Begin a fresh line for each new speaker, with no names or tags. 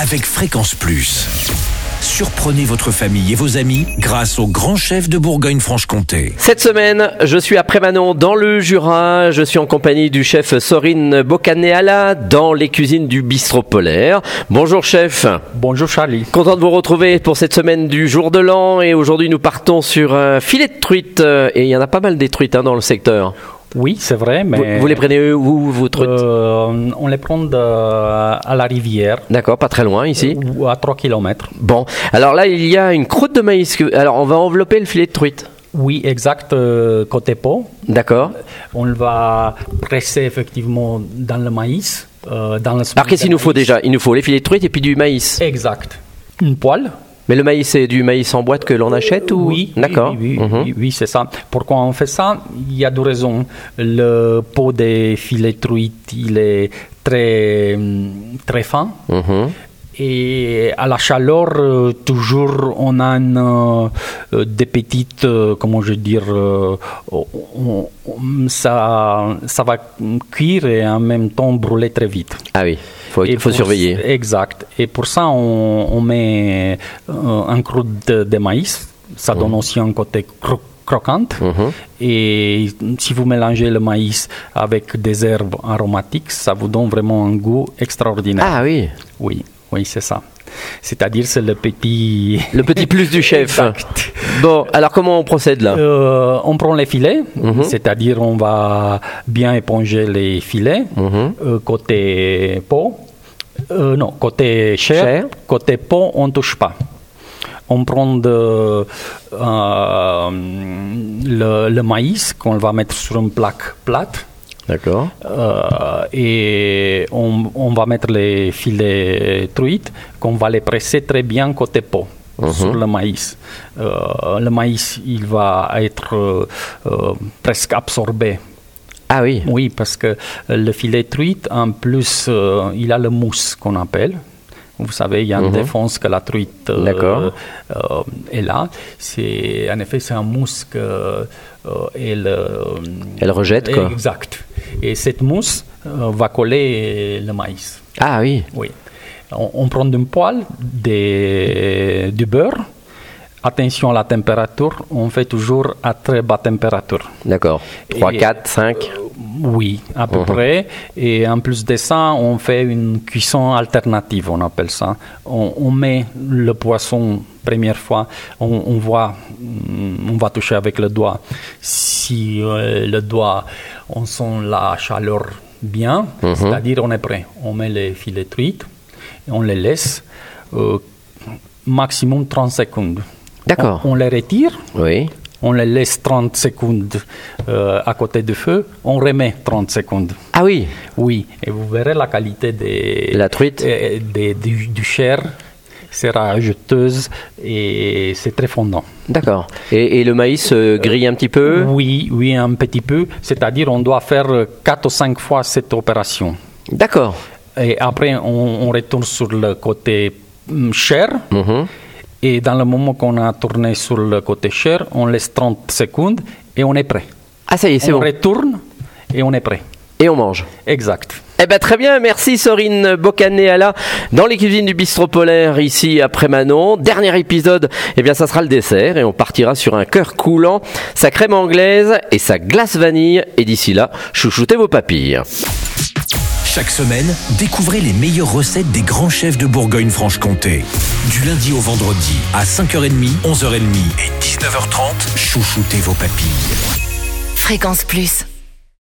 avec Fréquence Plus. Surprenez votre famille et vos amis grâce au grand chef de Bourgogne-Franche-Comté.
Cette semaine, je suis à Prémanon dans le Jura. Je suis en compagnie du chef Sorine Bocaneala dans les cuisines du bistrot polaire. Bonjour chef.
Bonjour Charlie.
Content de vous retrouver pour cette semaine du jour de l'an. Et aujourd'hui, nous partons sur un filet de truite. Et il y en a pas mal des truites hein, dans le secteur.
Oui, c'est vrai,
Vous,
mais
vous les prenez où, vos truites
Euh, on les prend de- à la rivière,
D'accord, pas très loin ici.
ou à 3 km.
Bon, alors là, il y a une croûte de maïs. que- Alors, on va envelopper le filet de truite.
Oui, exact, euh, côté pot.
D'accord.
On le va presser effectivement dans le maïs. euh, dans le
Alors, qu'est-ce qu'il nous faut déjà Il nous faut les filets de truite et puis du maïs.
Exact. Une poêle
Mais le maïs, c'est du maïs en boîte que l'on achète ou
Oui,
D'accord.
Oui, oui,
Mhm.
oui, oui, c'est ça. Pourquoi on fait ça Il y a deux raisons. Le pot des filets de truite, il est très, hum, très fin.
Mhm.
Et à la chaleur, euh, toujours, on a une, euh, euh, des petites, euh, comment je veux dire, euh, on- on- on- ça, ça va cuire et en même temps brûler très vite.
Ah oui, faut,
Et
faut
pour-
surveiller.
Exact. Et pour ça, on, on met euh, un croûte de, de maïs. Ça donne
Mhm.
aussi un côté cro- croquant. Et si vous mélangez le maïs avec des herbes aromatiques, ça vous donne vraiment un goût extraordinaire.
Ah oui,
Oui, oui, c'est ça. C'est-à-dire, c'est le petit.
le petit plus du chef.
Exact.
Bon, alors comment on procède là Mhm.
Euh, on prend les filets, c'est-à-dire on va bien éponger les filets,
Mhm.
Euh, côté peau, euh, non, côté chair,
Chair.
côté peau, on ne touche pas. On prend de, euh, le, le maïs qu'on va mettre sur une plaque plate.
D'accord.
Euh, et on, on va mettre les filets truites qu'on va les presser très bien côté peau sur le maïs. Euh, le maïs, il va être euh, euh, presque absorbé.
Ah oui,
Oui, parce que euh, le filet truite, en plus, euh, il a le mousse qu'on appelle. Vous savez, il y a une défense que la truite euh,
Mhm. D'accord.
euh, est là. C'est, en effet, c'est un mousse que, euh, elle, euh,
elle rejette quoi.
Exact. Et cette mousse euh, va coller le maïs.
Ah oui,
Oui. On, on prend une poêle, des- du beurre. Attention à la température, on fait toujours à très basse température.
d'accord. 3,
Et-
4, 5.
Oui, à peu près. Et en plus de ça, on fait une cuisson alternative, on appelle ça. On, on met le poisson première fois, on, on voit, mm, on va toucher avec le doigt. Si euh, le doigt, on sent la chaleur bien, c'est-à-dire on est prêt. On met les filets truites, et on les laisse euh, maximum 30 secondes.
D'accord.
On- on les retire.
Oui.
On les laisse 30 secondes euh, à côté du feu, on remet 30 secondes.
Ah oui,
Oui, et vous verrez la qualité des,
La truite.
euh, des- du, du chair sera juteuse et c'est très fondant.
d'accord. Et, et le maïs euh, grille un petit peu
Oui, oui, un petit peu, c'est-à-dire on doit faire 4 ou 5 fois cette opération.
D'accord.
Et après, on, on retourne sur le côté hum, chair.
Mm.
Et dans le moment qu'on a tourné sur le côté chair, on laisse 30 secondes et on est prêt.
Ah ça y est, c'est
on
bon.
retourne et on est prêt.
Et on mange.
Exact.
Eh ben très bien, merci Sorine Bocaneala dans les cuisines du bistrot polaire ici après Manon. Dernier épisode, eh bien ça sera le dessert et on partira sur un cœur coulant, sa crème anglaise et sa glace vanille. Et d'ici là, chouchoutez vos papilles.
Chaque semaine, découvrez les meilleures recettes des grands chefs de Bourgogne-Franche-Comté. Du lundi au vendredi, à 5h30, 11h30 et 19h30, chouchoutez vos papilles.
Fréquence Plus.